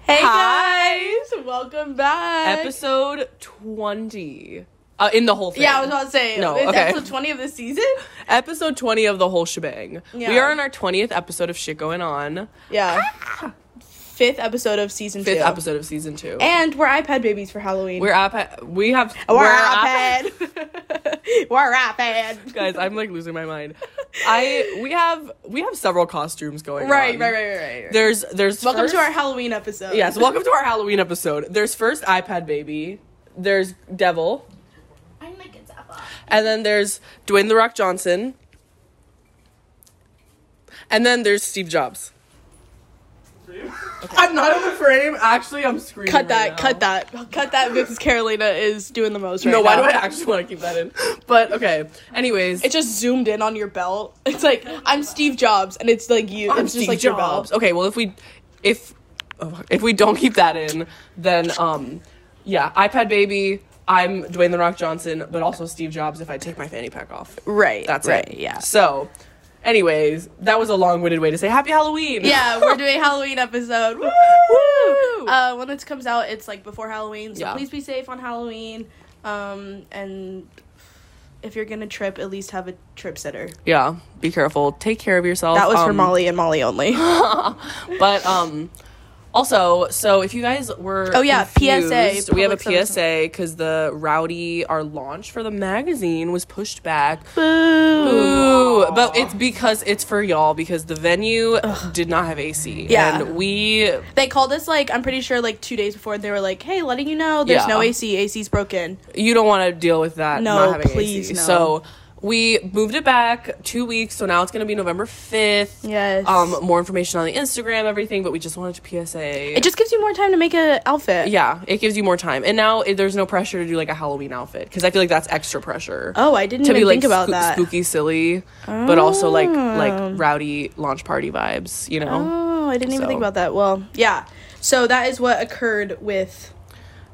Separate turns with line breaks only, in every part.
Hey
Hi.
guys, welcome back.
Episode 20. Uh, in the whole thing.
Yeah, I was about to say.
No,
it's
okay.
episode twenty of the season.
episode 20 of the whole shebang.
Yeah.
We are on our 20th episode of Shit Going On.
Yeah, Ah. fifth episode of season
Fifth
two.
episode of season two.
and we're iPad babies for Halloween.
we're iPad. We have.
we're,
iPad-
iPad. we're iPad.
Guys, I'm like losing my mind. I we have we have several costumes going
Right,
on.
right, right, right, right, right.
There's there's
welcome
first-
to our Halloween episode.
yes welcome to our Halloween episode. There's first iPad baby. There's Devil,
I'm like, it's up.
and then there's Dwayne the Rock Johnson, and then there's Steve Jobs. I'm not in the frame. Actually, I'm screaming.
Cut that,
right now.
cut that, cut that because Carolina is doing the most right
no, why
now.
do I actually want to keep that in? But okay. Anyways,
It just zoomed in on your belt. It's like I'm Steve Jobs, and it's like you.
I'm
it's
Steve
just like your belt.
Jobs. Okay, well if we if oh, if we don't keep that in, then um yeah, iPad baby. I'm Dwayne the Rock Johnson, but also Steve Jobs if I take my fanny pack off.
Right.
That's
right.
it.
Yeah.
So, anyways, that was a long-winded way to say Happy Halloween.
yeah, we're doing Halloween episode. Woo!
Woo!
Uh, when this comes out, it's like before Halloween, so
Yeah.
please be safe on Halloween. Um, and if you're gonna trip, at least have a trip sitter.
yeah. Be careful. Take care of yourself.
That was for
Um,
Molly and Molly only.
But um also, so if you guys were
Oh, yeah,
confused,
PSA,
we have a
public service
PSA cuz the Rowdy our launch for the magazine was pushed back. Boo. But it's because it's for y'all because the venue did not have AC.
Yeah.
And we
They called us like I'm pretty sure like two days before, and they were like, "Hey, letting you know there's
Yeah.
no AC. AC's broken."
you don't want to deal with that
No,
not having
please,
AC.
no.
So we moved it back two weeks, so now it's gonna be November fifth.
Yes.
Um, more information on the Instagram, everything, but we just wanted to PSA.
It just gives you more time to make a outfit.
yeah, it gives you more time, and now it, there's no pressure to do like a Halloween outfit because I feel like that's extra pressure.
Oh, I didn't
to
even
be like
think about
spoo-
that.
spooky, silly, but also like
Oh.
like rowdy launch party vibes. You know,
Oh, I didn't even
So.
think about that. Well, yeah. So that is what occurred with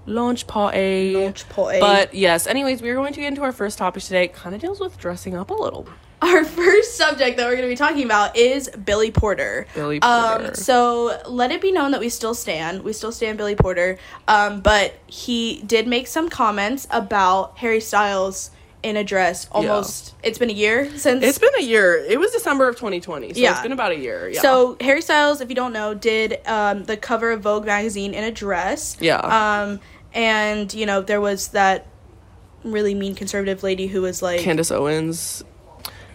launch party.
Launch party.
But yes, anyways, we're going to get into our first topic today. Kind of deals with dressing up a little.
our first subject that we're going to be talking about is Billy Porter.
Billy Porter.
Um, so let it be known that we still stand. We still stand Billy Porter. Um, but he did make some comments about Harry Styles in a dress. Almost, it's been a year since.
It's been a year. It was December of 2020, so it's
Yeah.
been about a year. Yeah.
So Harry Styles, if you don't know, did um, the cover of Vogue magazine in a dress.
Yeah.
Um, and you know there was that really mean conservative lady who was like,
Candace Owens.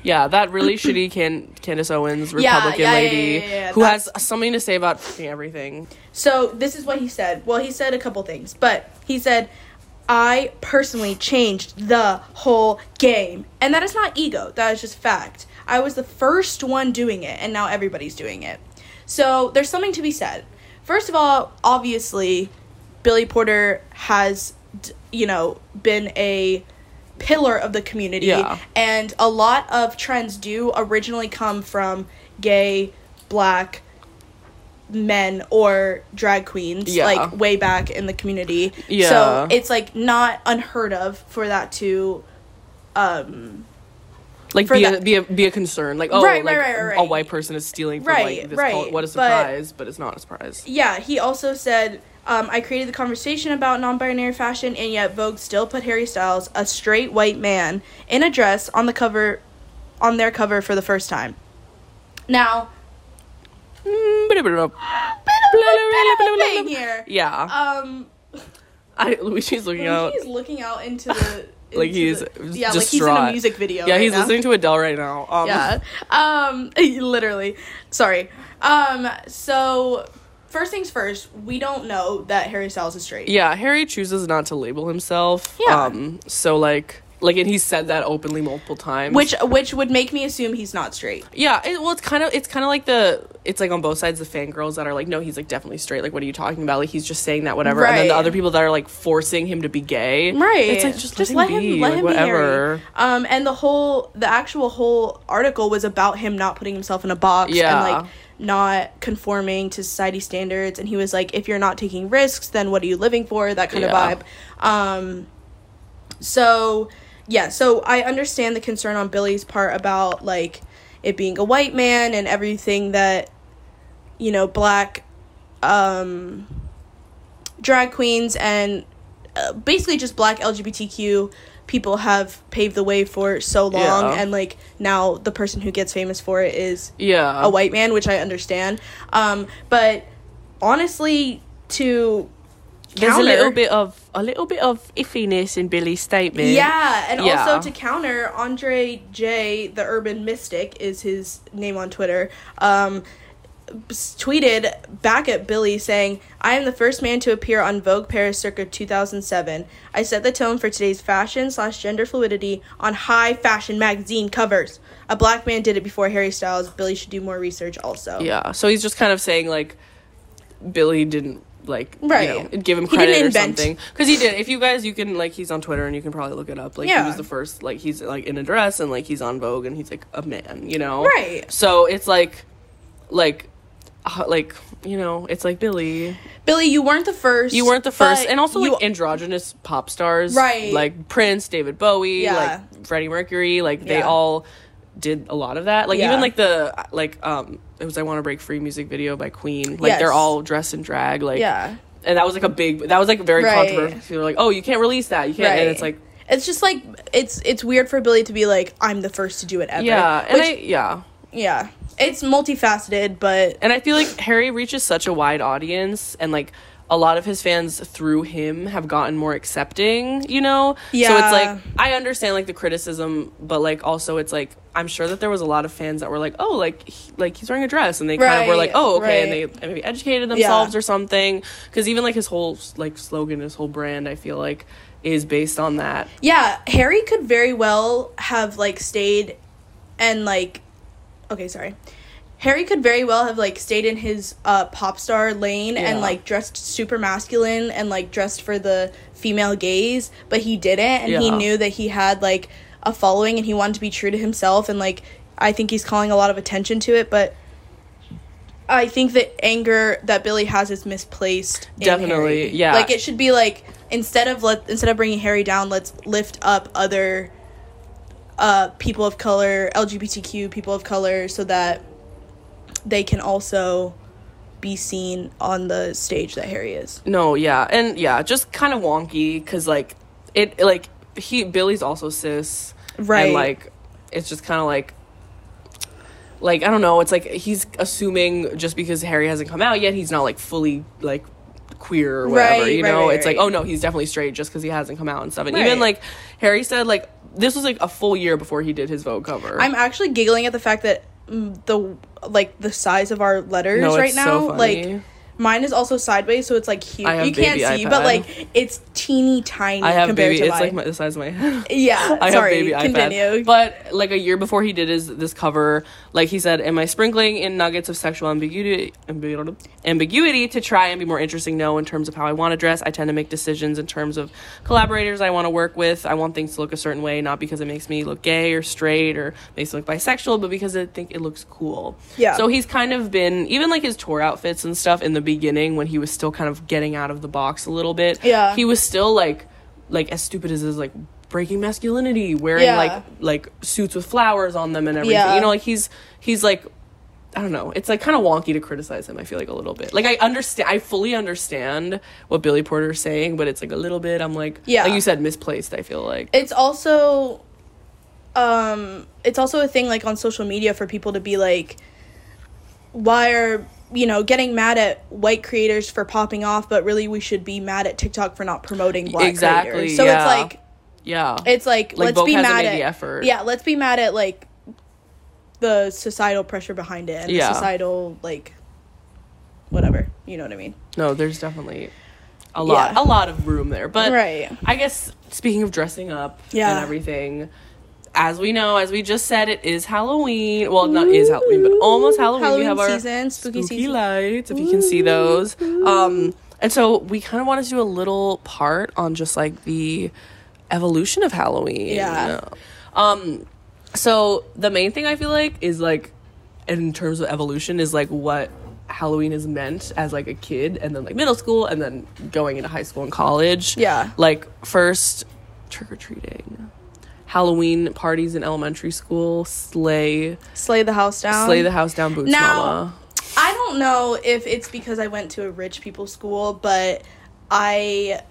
Yeah, that really shitty Can- Candace Owens,
Yeah,
Republican
yeah, yeah,
lady,
yeah, yeah, yeah,
who
that's-
has something to say about fucking everything.
So this is what he said. Well, he said a couple things, but he said, "I personally changed the whole game," and that is not ego. That is just fact. I was the first one doing it, and now everybody's doing it. So there's something to be said. First of all, obviously, Billy Porter has, d- you know, been a pillar of the community
Yeah.
and a lot of trends do originally come from gay black men or drag queens
Yeah.
like way back in the community
Yeah.
so it's like not unheard of for that to
Like
For
be a,
that-
be a be a concern. Like oh,
Right,
like,
right, right, right,
a
right.
white person is stealing from like
Right,
this.
right,
cult- what a
but-
surprise, but, it's not a surprise.
yeah he also said um, i created the conversation about non-binary fashion and yet vogue still put harry styles a straight white man in a dress on the cover on their cover for the first time now
Mm,
thing here
Yeah,
um
I, Luigi's looking out.
He's looking out into the
Like
into
he's
the- yeah, like he's in
distraught.
a music video.
Yeah,
right
he's
now.
listening to Adele right now. Um,
Yeah, um, literally. Sorry. Um, so first things first, we don't know that Harry Styles is straight.
Yeah, Harry chooses not to label himself.
Yeah.
Um, so like like and he said that openly multiple times.
Which which would make me assume he's not straight.
yeah, it, well it's kind of it's kind of like the it's like on both sides the fangirls that are like no he's like definitely straight like what are you talking about like he's just saying that whatever and then the
Right.
other people that are like forcing him to be gay.
Right.
It's like just, let, him, be, like,
Harry.
whatever.
Um, and the whole the actual whole article was about him not putting himself in a box
Yeah.
and like not conforming to society standards and he was like if you're not taking risks then what are you living for that kind
Yeah.
of vibe um so yeah so i understand the concern on billy's part about like it being a white man and everything that you know black um drag queens and uh, basically just black LGBTQ people have paved the way for so long
Yeah.
and like now the person who gets famous for it is
Yeah.
a white man, which I understand. Um, but honestly, to
There's a
counter-
little bit of a little bit of iffiness in Billy's statement.
Yeah, and
Yeah.
also to counter, Andre J, the urban mystic, is his name on Twitter. Um, s- tweeted back at Billy saying, "I am the first man to appear on Vogue Paris circa 2007. I set the tone for today's fashion slash gender fluidity on high fashion magazine covers. A black man did it before Harry Styles. Billy should do more research. Also,
Yeah. So he's just kind of saying like Billy didn't like
Right.
you know, give him
He
credit
didn't
or
invent.
something because he did. If you guys, you can like he's on Twitter and you can probably look it up. Like
Yeah.
he was the first. Like he's like in a dress and like he's on Vogue and he's like a man. You know.
Right.
So it's like, like. Uh, like you know, it's like Billy.
Billy, you weren't the first.
You weren't the first,
but
and also
you-
like androgynous pop stars,
Right.
Like Prince, David Bowie,
Yeah.
like Freddie Mercury, like they
Yeah.
all did a lot of that. Like
Yeah.
even like the like um it was I Want to Break Free music video by Queen. Like
Yes.
they're all dressed in drag, like
yeah,
And that was like a big, that was like very
Right.
controversial. Like oh, you can't release that, you can't.
Right.
And it's like
it's just like it's it's weird for Billy to be like, I'm the first to do it ever.
yeah, and
Which,
I yeah.
yeah, it's multifaceted, but
And I feel like Harry reaches such a wide audience and like a lot of his fans through him have gotten more accepting, you know? So
Yeah.
it's like I understand like the criticism, but like also it's like I'm sure that there was a lot of fans that were like, "Oh, like he, like he's wearing a dress." And they kind of were like,
Right,
"Oh,
right.
okay." And they maybe educated
Yeah.
themselves or something cuz even like his whole like slogan, his whole brand, I feel like is based on that.
yeah, Harry could very well have like stayed and like okay, sorry. Harry could very well have like stayed in his uh, pop star lane and
Yeah.
like dressed super masculine and like dressed for the female gaze, but he didn't, and he
Yeah.
knew that he had like a following and he wanted to be true to himself, and like I think he's calling a lot of attention to it, but I think the anger that Billy has is misplaced. in
Definitely,
Harry.
yeah.
Like it should be like instead of let instead of bringing Harry down, let's lift up other uh, people of color, LGBTQ people of color, so that they can also be seen on the stage that Harry is.
No, yeah, and yeah, just kind of wonky because like it like he Billy's also cis,
Right.
And like it's just kind of like like I don't know. It's like he's assuming just because Harry hasn't come out yet, he's not like fully like queer or whatever.
Right,
you
right,
know,
right,
it's
right.
like oh no, he's definitely straight just because he hasn't come out and stuff. And
Right.
even like Harry said, like this was like a full year before he did his Vogue cover.
I'm actually giggling at the fact that mm, the like the size of our letters
No, it's
right now,
so funny.
like mine is also sideways, so it's like huge.
I have
You can't
baby
see, but
iPad.
like it's teeny tiny
I have
compared
baby.
to
It's
mine.
like my, the size of my head.
yeah,
I
sorry.
have baby
continue.
iPad. But like a year before he did his this cover, like he said, "Am I sprinkling in nuggets of sexual ambiguity ambigu- ambiguity to try and be more interesting? No, in terms of how I want to dress, I tend to make decisions in terms of collaborators I want to work with. I want things to look a certain way, not because it makes me look gay or straight or makes me look bisexual, but because I think it looks cool.
Yeah.
So he's kind of been even like his tour outfits and stuff in the beginning when he was still kind of getting out of the box a little bit.
Yeah.
He was still like like as stupid as is like breaking masculinity, wearing
Yeah.
like like suits with flowers on them and everything.
Yeah.
You know, like he's he's like I don't know. It's like kind of wonky to criticize him. I feel like a little bit. Like I understand. I fully understand what Billy Porter's saying, but it's like a little bit. I'm like,
Yeah.
like you said, misplaced. I feel like
it's also um it's also a thing like on social media for people to be like why are you know getting mad at white creators for popping off but really we should be mad at tiktok for not promoting black
Exactly,
creators so
yeah.
it's like
yeah,
it's like,
Like,
let's
Vogue
be
hasn't
mad
made
at
the effort.
yeah let's be mad at like the societal pressure behind it and
Yeah.
the societal like whatever you know what i mean
no. There's definitely a lot
Yeah.
a lot of room there, but
right
I guess speaking of dressing up
Yeah.
and everything, as we know, as we just said, it is Halloween. Well, not is Halloween, but almost Halloween. we have
halloween
our
season spooky,
spooky
season
lights, if you can see those. Um, and so we kind of wanted to do a little part on just like the evolution of Halloween.
Yeah.
Um, so the main thing I feel like is like, in terms of evolution, is like what Halloween is meant as like a kid, and then like middle school, and then going into high school and college.
Yeah.
Like first trick or treating. Halloween parties in elementary school, slay,
slay the house down
slay the house down, boots,
Um, now-
mama.
I don't know if it's because I went to a rich people school, but I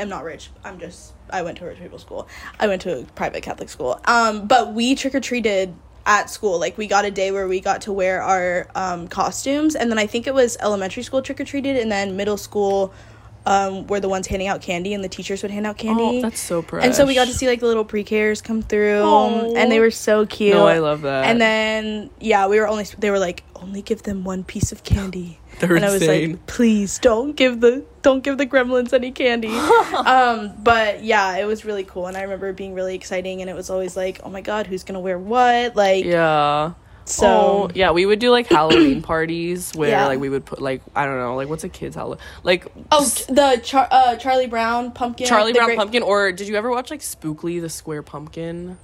am not rich. I'm just I went to a rich people school. I went to a private Catholic school. Um, but we trick or treated at school. Like we got a day where we got to wear our um, costumes, and then I think it was elementary school trick or treated, and then middle school. Um, were the ones handing out candy and the teachers would hand out candy.
Oh, that's so pretty.
and so we got to see like the little pre-cares come through
Aw.
and they were so cute.
No, I love that.
And then yeah, we were only they were like only give them one piece of candy.
They're
and I was
insane.
like, please don't give the don't give the gremlins any candy. um, but yeah, it was really cool, and I remember it being really exciting, and it was always like, oh my god, who's gonna wear what? Like,
yeah.
so
Oh, yeah, we would do like Halloween parties where
Yeah.
like we would put like I don't know like what's a kid's Halloween like
oh, t- the Char- uh, Charlie Brown pumpkin,
Charlie
the
Brown
great-
pumpkin, or did you ever watch like Spookly the Square Pumpkin?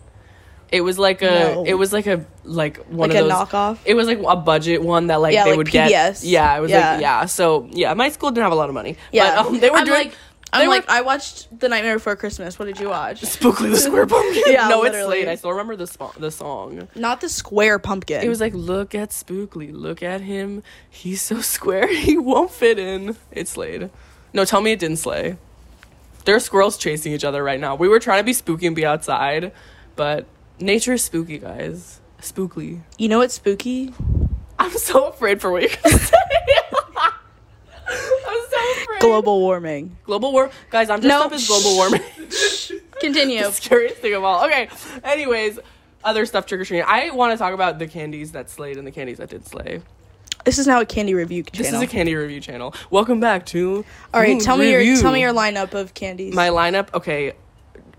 It was like a,
No.
it was like a, like one
like a
of those.
knockoff.
It was like a budget one that like
Yeah,
they
like
would
PBS.
get. Yeah, it was
Yeah.
like yeah. So yeah, my school didn't have a lot of money.
Yeah,
but, um, they were
I'm
doing
Like, I'm
they were-
like, I watched The Nightmare Before Christmas. What did you watch?
Spookly the Square Pumpkin.
Yeah,
no, it's
literally.
late. I still remember the spo- the song.
Not the square pumpkin.
It was like, look at Spookly, look at him. He's so square, he won't fit in. It slayed. No, tell me it didn't slay. There are squirrels chasing each other right now. We were trying to be spooky and be outside, but nature is spooky, guys. Spookly.
you know what's spooky?
I'm so afraid for what you're gonna say. I'm so afraid.
Global warming.
global war, guys. I'm just
No,
up as global warming.
Continue.
the scariest thing of all. Okay. Anyways, other stuff trick or treating. I want to talk about the candies that slayed and the candies that did slay.
This is now a candy review
This
channel.
is a candy review channel. Welcome back to.
All right,
Ooh,
tell me your
review.
tell me your lineup of candies.
My lineup. Okay,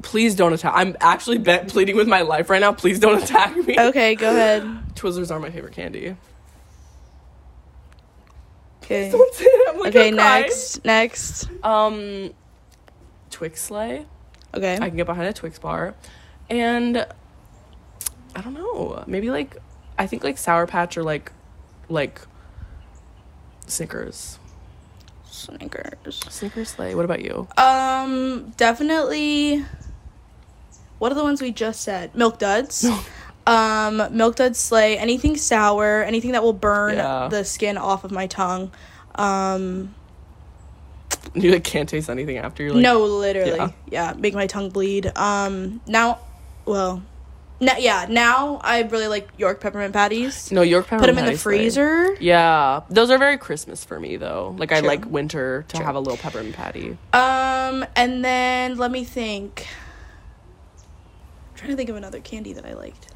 please don't attack. I'm actually bet- pleading with my life right now. Please don't attack me.
okay, go ahead.
Twizzlers are my favorite candy.
Okay.
Don't say that. I'm like,
Okay,
I'll cry.
next, next.
Um, Twix sleigh.
Okay.
I can get behind a Twix bar, and I don't know. Maybe like I think like Sour Patch or like like Snickers.
Snickers.
Snickers sleigh. What about you?
Um, definitely. What are the ones we just said? Milk duds. um, milk duds slay anything sour, anything that will burn
Yeah.
the skin off of my tongue. Um,
You like can't taste anything after you're like
no, literally,
Yeah.
yeah. make my tongue bleed. Um, now, well, now, yeah, now I really like York peppermint patties.
No, York peppermint.
Put them in the
patty sleigh.
freezer.
Yeah, those are very Christmas for me though. Like I
True.
like winter to have a little peppermint patty.
Um, and then let me think. I'm trying to think of another candy that I liked.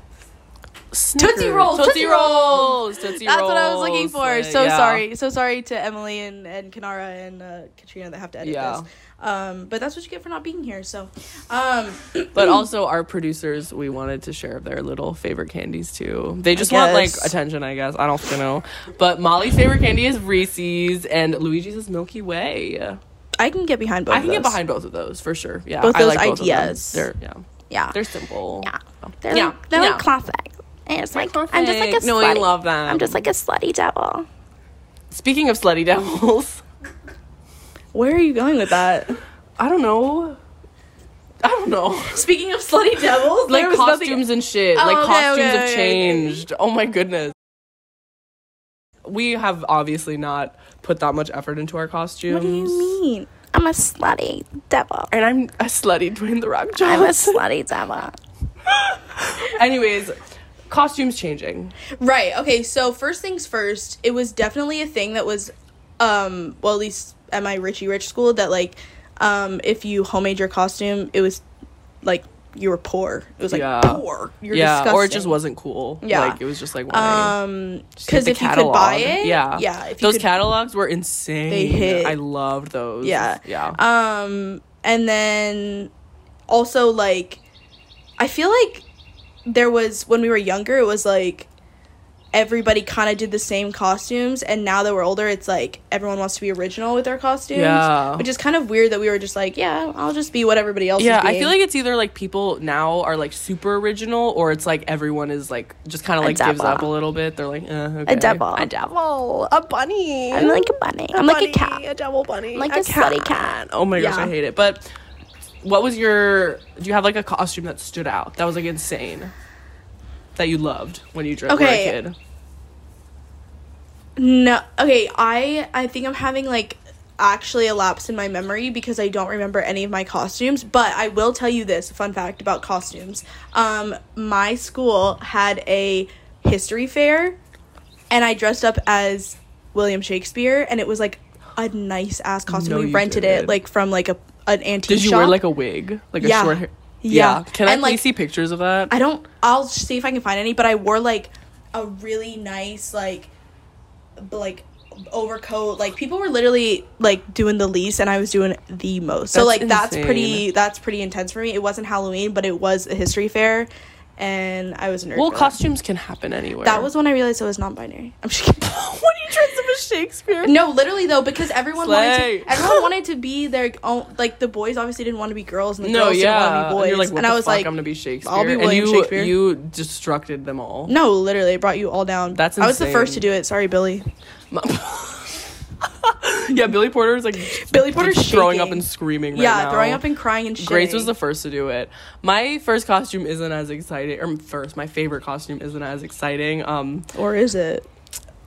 Snickers.
Rolls,
Tootsie,
Tootsie
rolls, Tootsie
That's what I was looking
Rolls.
for.
Like,
so
yeah.
sorry, so sorry to Emily and and Kanara and uh, Katrina that have to edit
Yeah.
this. Um, but that's what you get for not being here. So, um,
But also our producers, we wanted to share their little favorite candies too. They just want like
guess.
attention, I guess. I don't fucking know. But Molly's favorite candy is Reese's and Luigi's is Milky Way.
I can get behind both.
I
of
can get
those.
behind both of those for sure. Yeah,
Both
I
those
like both of them.
ideas.
They're yeah,
Yeah,
they're simple.
Yeah.
Oh.
They're
Yeah.
like they're
Yeah.
like classic. And it's like I'm just like a
no, I
slutty.
love that.
I'm just like a slutty devil.
Speaking of slutty devils,
Where are you going with that?
I don't know. I don't know.
Speaking of slutty devils,
like
there was nothing- Oh,
costumes and shit. like
okay,
costumes
okay,
have
okay,
changed. Oh my goodness. We have obviously not put that much effort into our costumes.
What do you mean?
I'm a slutty devil.
And I'm a slutty Dwayne the Rock
I'm a
Johnson.
slutty devil.
Anyways, costumes changing.
Right. Okay. So first things first, it was definitely a thing that was, um, well, at least at my Richie Rich school, that like, um, if you homemade your costume, it was like you were poor. It was like
Yeah.
poor. You're
yeah,
disgusting.
or it just wasn't cool.
Yeah.
like it was just like why?
Um,
Just get
because
the
if you could buy
catalog.
it,
yeah,
yeah. If you
those
could,
catalogs were insane.
They hit.
I loved those.
Yeah.
yeah.
Um, and then also like, I feel like there was when we were younger, it was like everybody kind of did the same costumes, and now that we're older, it's like everyone wants to be original with their costumes.
Yeah.
which is kind of weird that we were just like, yeah, I'll just be what everybody else.
Yeah,
is
I
being.
feel like it's either like people now are like super original, or it's like everyone is like just kind of like gives
devil.
up a little bit. They're like, uh, okay.
A devil.
a devil, a bunny,
I'm like a bunny. i I'm like a cat.
a devil bunny,
I'm like a, slutty cat.
Oh my gosh,
Yeah.
I hate it. But what was your? Do you have like a costume that stood out that was like insane, that you loved when you dre-
Okay.
were a kid?
no. Okay, I I think I'm having like actually a lapse in my memory because I don't remember any of my costumes. But I will tell you this fun fact about costumes. Um, my school had a history fair, and I dressed up as William Shakespeare, and it was like a nice ass costume.
No,
we
you
rented it
didn't.
like from like a an antique
Did you
shop.
wear like a wig? Like
Yeah.
a short hair?
Yeah.
Can I
And,
please
like-
see pictures of that?
I don't. I'll see if I can find any. But I wore like a really nice like, b- like overcoat. Like people were literally like doing the least, and I was doing the most. so
That's
like that's pretty.
insane.
That's pretty intense for me. It wasn't Halloween, but it was a history fair, and I was a nerd.
well,
for that.
costumes can happen anywhere.
That was when I realized I was non-binary. I'm just kidding.
when you dressed up as Shakespeare.
No, literally though, because everyone
Slay.
wanted to, everyone wanted to be their own. Like the boys obviously didn't want to be girls, and the
No,
girls didn't want to
yeah.
be boys.
And, you're like,
and
what the
I was
fuck?
like,
I'm gonna be Shakespeare.
I'll be
And
William
you,
Shakespeare.
You destructed them all.
No, literally, it brought you all down.
That's
I was the first to
insane.
do it. Sorry, Billy.
yeah, Billy Porter was like
Billy Porter's
throwing up
shaking.
and screaming. Right
yeah,
now.
throwing up and crying and shit.
Grace was the first to do it. My first costume isn't as exciting, or first, my favorite costume isn't as exciting. Um,
or is it?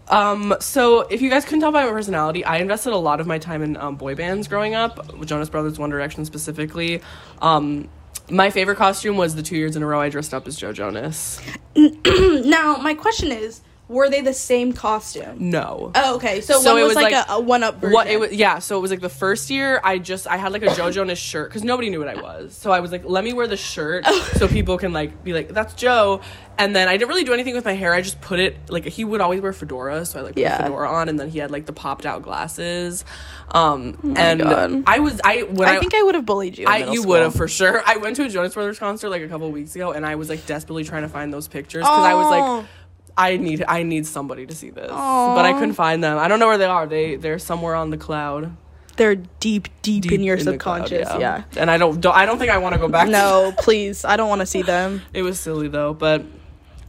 Um, so if you guys couldn't tell by my personality, I invested a lot of my time in um, boy bands growing up, with Jonas Brothers, One Direction specifically. Um, my favorite costume was the two years in a row I dressed up as Joe Jonas.
Now, my question is, were they the same costume?
No.
Oh, okay. So,
So
one
it
was,
was
like,
like-
a, a one-up version.
What it was, yeah. So it was like the first year, I just I had like a Joe Jonas shirt because nobody knew what I was. So I was like, let me wear the shirt
Oh.
so people can like be like, that's Joe. And then I didn't really do anything with my hair. I just put it like he would always wear fedora, so I like put
Yeah.
a fedora on, and then he had like the popped out glasses. Um, and
Oh God.
I was I when
I think I would have bullied you. In
I,
middle
you
school.
would have for sure. I went to a Jonas Brothers concert like a couple weeks ago, and I was like desperately trying to find those pictures because I was
Oh.
like, I need, I need somebody to see this, but I couldn't find them. I don't know where they are. They, they're somewhere on the cloud,
They're deep, deep, in your
the cloud,
subconscious. yeah.
And I don't, don't, I don't think I want to go back. to
No, please. I don't want to see them.
it was silly though, but.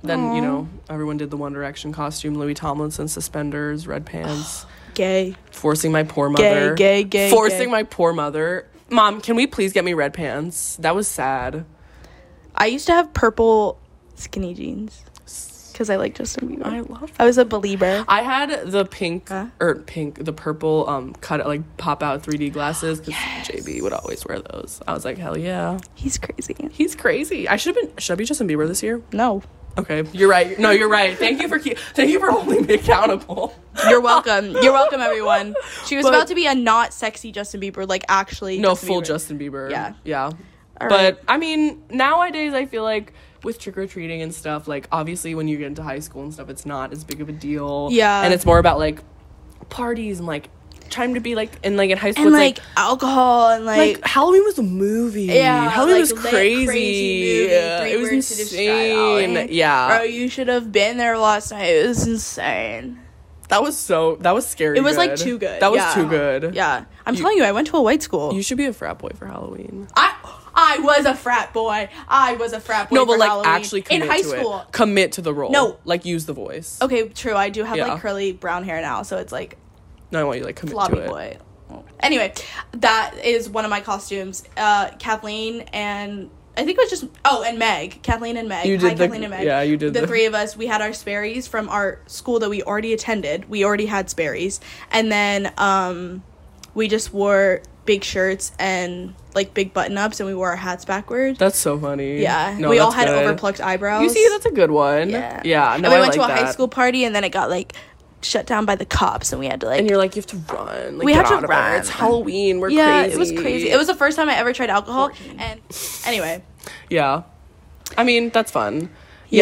Then you know everyone did the One Direction costume, Louis Tomlinson suspenders, red pants,
Gay.
forcing my poor mother,
gay, gay,
forcing
gay.
my poor mother. Mom, can we please get me red pants? That was sad.
I used to have purple skinny jeans because I like Justin Bieber. I love. I was a believer.
I had the pink
Huh?
or pink, the purple um cut like pop out 3D glasses because JB would always wear those. I was like, hell yeah,
He's crazy.
he's crazy. I should have been should I be Justin Bieber this year?
No.
Okay, you're right. No, you're right. Thank you for keep, thank you for holding me accountable.
You're welcome. You're welcome, everyone. She was
But-
about to be a not sexy Justin Bieber, like actually.
No,
Justin
full
Bieber.
Justin Bieber.
Yeah.
yeah.
All
but
right.
I mean, nowadays I feel like with trick or treating and stuff, like obviously when you get into high school and stuff, it's not as big of a deal.
Yeah.
and it's more about like parties and like trying to be like and like in high school
and
it's
like, alcohol and like,
like Halloween was a movie.
yeah,
Halloween
like,
was
lit,
crazy.
movie,
Yeah,
three
it was
words to describe
insane.
Halloween.
yeah,
bro, you should have been there last night. It was insane.
that was so that was scary.
It was like
good.
too good.
That was
Yeah.
too good.
Yeah, I'm telling you, I went to a white school.
you should be a frat boy for Halloween.
I I was a frat boy. I was a frat boy.
no, but
for
like
Halloween.
actually commit
in high
to
school.
it. Commit to the role.
No. Oh.
like use the voice.
Okay, true. I do have
Yeah.
like curly brown hair now, so it's like
No, I want you to, like commit
floppy
to it.
boy. Anyway, that is one of my costumes. Uh, Kathleen and I think it was just oh, and Meg. Kathleen and Meg.
You
Hi,
did the-
Kathleen and Meg.
yeah, you did
The,
the-
three of us. We had our Sperry's from our school that we already attended. We already had Sperry's, and then um, we just wore big shirts and like big button ups, and we wore our hats backwards.
That's so funny.
yeah,
No,
we all had
that's good.
overplucked eyebrows.
You see, that's a good one.
Yeah.
yeah.
and
No,
we
I
went to a
like
high
that.
school party, and then it got like shut down by the cops, and we had to like.
and you're like, you have to run. Like,
We
get
had to
out of there.
run.
It's Halloween. We're
yeah,
crazy.
it was crazy. It was the first time I ever tried alcohol, and anyway,
Yeah. I mean, that's fun. Yeah.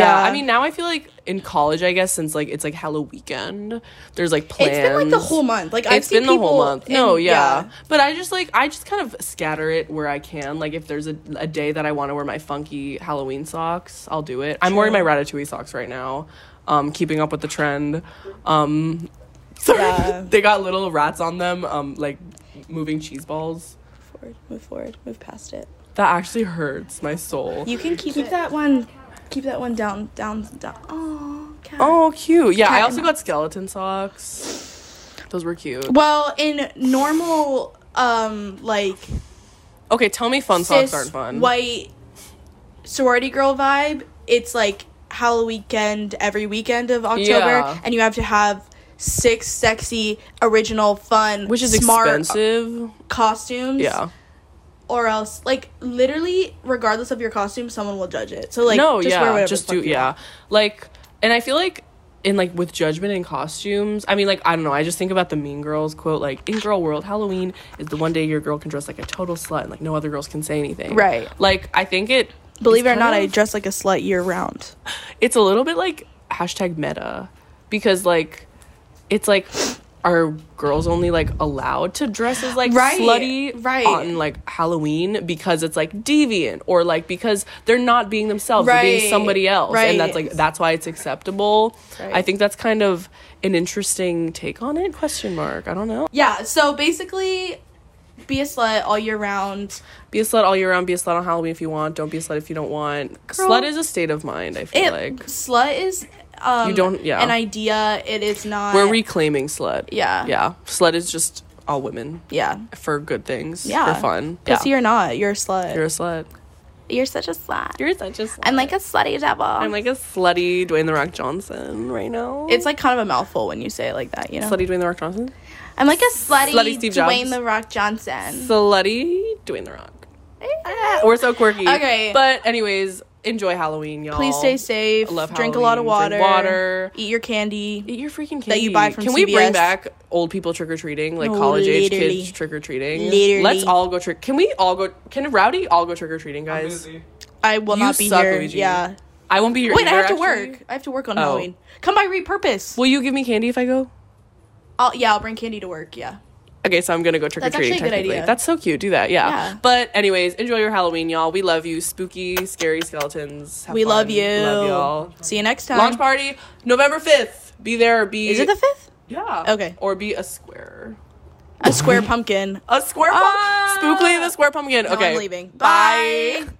Yeah.
I mean, now I feel like in college, I guess, since like it's like Halloween weekend, there's like plans.
it's been like the whole month. Like I've
It's
seen
been the whole
people
month. No,
in-
yeah. But I just like I just kind of scatter it where I can. Like if there's a, a day that I want to wear my funky Halloween socks, I'll do it. I'm wearing my Ratatouille socks right now. Um, keeping up with the trend. Um, so
Yeah.
they got little rats on them. Um, like moving cheese balls.
Forward, move forward, move past it.
That actually hurts my soul.
You can keep, that one. Keep that one down, down, down. Oh, cat.
Oh, cute. Yeah, I
Cat
also
and
got skeleton socks. Those were cute.
Well, in normal, um, like
Okay, tell me fun
cis
socks aren't fun.
white sorority girl vibe, it's like Halloween every weekend of October,
Yeah.
and you have to have six sexy, original, fun,
which is
smart uh,
expensive.
costumes.
Yeah.
Or else, like literally, regardless of your costume, someone will judge it. So like,
no,
just
yeah,
wear whatever
just
the fuck
do,
you want.
yeah. Like, and I feel like in like with judgment and costumes, I mean, like I don't know. I just think about the Mean Girls quote, like in Girl World, Halloween is the one day your girl can dress like a total slut and like no other girls can say anything.
Right.
Like I think it.
Believe it
it's
or not,
kind
I
of-
dress like a slut year round.
it's a little bit like hashtag meta because like it's like are girls only like allowed to dress as like
Right,
slutty
right.
on like Halloween because it's like deviant or like because they're not being themselves they're
Right,
being somebody else
right.
and that's like that's why it's acceptable. I
Right.
think that's kind of an interesting take on it question mark. I don't know.
Yeah. So basically, be a slut all year round.
Be a slut all year round, be a slut on Halloween if you want, don't be a slut if you don't want. slut is a state of mind, I feel
It
like.
slut is um
You don't- yeah.
an idea. It is not.
We're reclaiming slut.
Yeah.
Yeah. Slut is just all women
Yeah.
for good things.
Yeah.
For fun.
Pussy
yeah.
or not, you're a slut.
You're a slut.
You're such a slut.
You're such a slut.
I'm like a slutty devil.
I'm like a slutty Dwayne the Rock Johnson right now.
it's like kind of a mouthful when you say it like that, you know.
slutty Dwayne the Rock Johnson.
I'm like a slutty,
Slutty Steve Jobs.
Dwayne the Rock Johnson.
Slutty Dwayne the Rock. We're so quirky.
Okay.
But anyways, enjoy Halloween, y'all.
Please stay safe.
Love
drink a lot of water.
Halloween, drink water.
Eat your candy.
Eat your freaking candy.
That you buy from
Can we bring
CVS.
back old people trick or treating, like
No,
college age
literally.
kids trick or treating?
Literally.
Let's all go trick. Can we all go? Can Rowdy all go trick or treating, guys?
I will
You
not be
suck,
here.
Luigi.
Yeah.
I won't be here.
Wait, I
either,
have to
actually.
work. I have to work on
Oh.
Halloween. Come by repurpose.
Will you give me candy if I go?
I'll, yeah, I'll bring candy to work. Yeah.
Okay, so I'm gonna go trick or
That's
treating.
actually a good
Technically,
idea.
that's so cute. Do that, yeah.
Yeah.
But anyways, enjoy your Halloween, y'all. We love you, spooky, scary skeletons. Have
we
fun.
love you.
Love y'all.
See you next time.
Launch party November fifth. Be there. Or be
Is it the fifth?
yeah?
Okay.
Or be a square.
A square pumpkin.
A square pump.
Ah!
Spookly the square pumpkin.
No,
okay.
I'm leaving.
Bye.
Bye.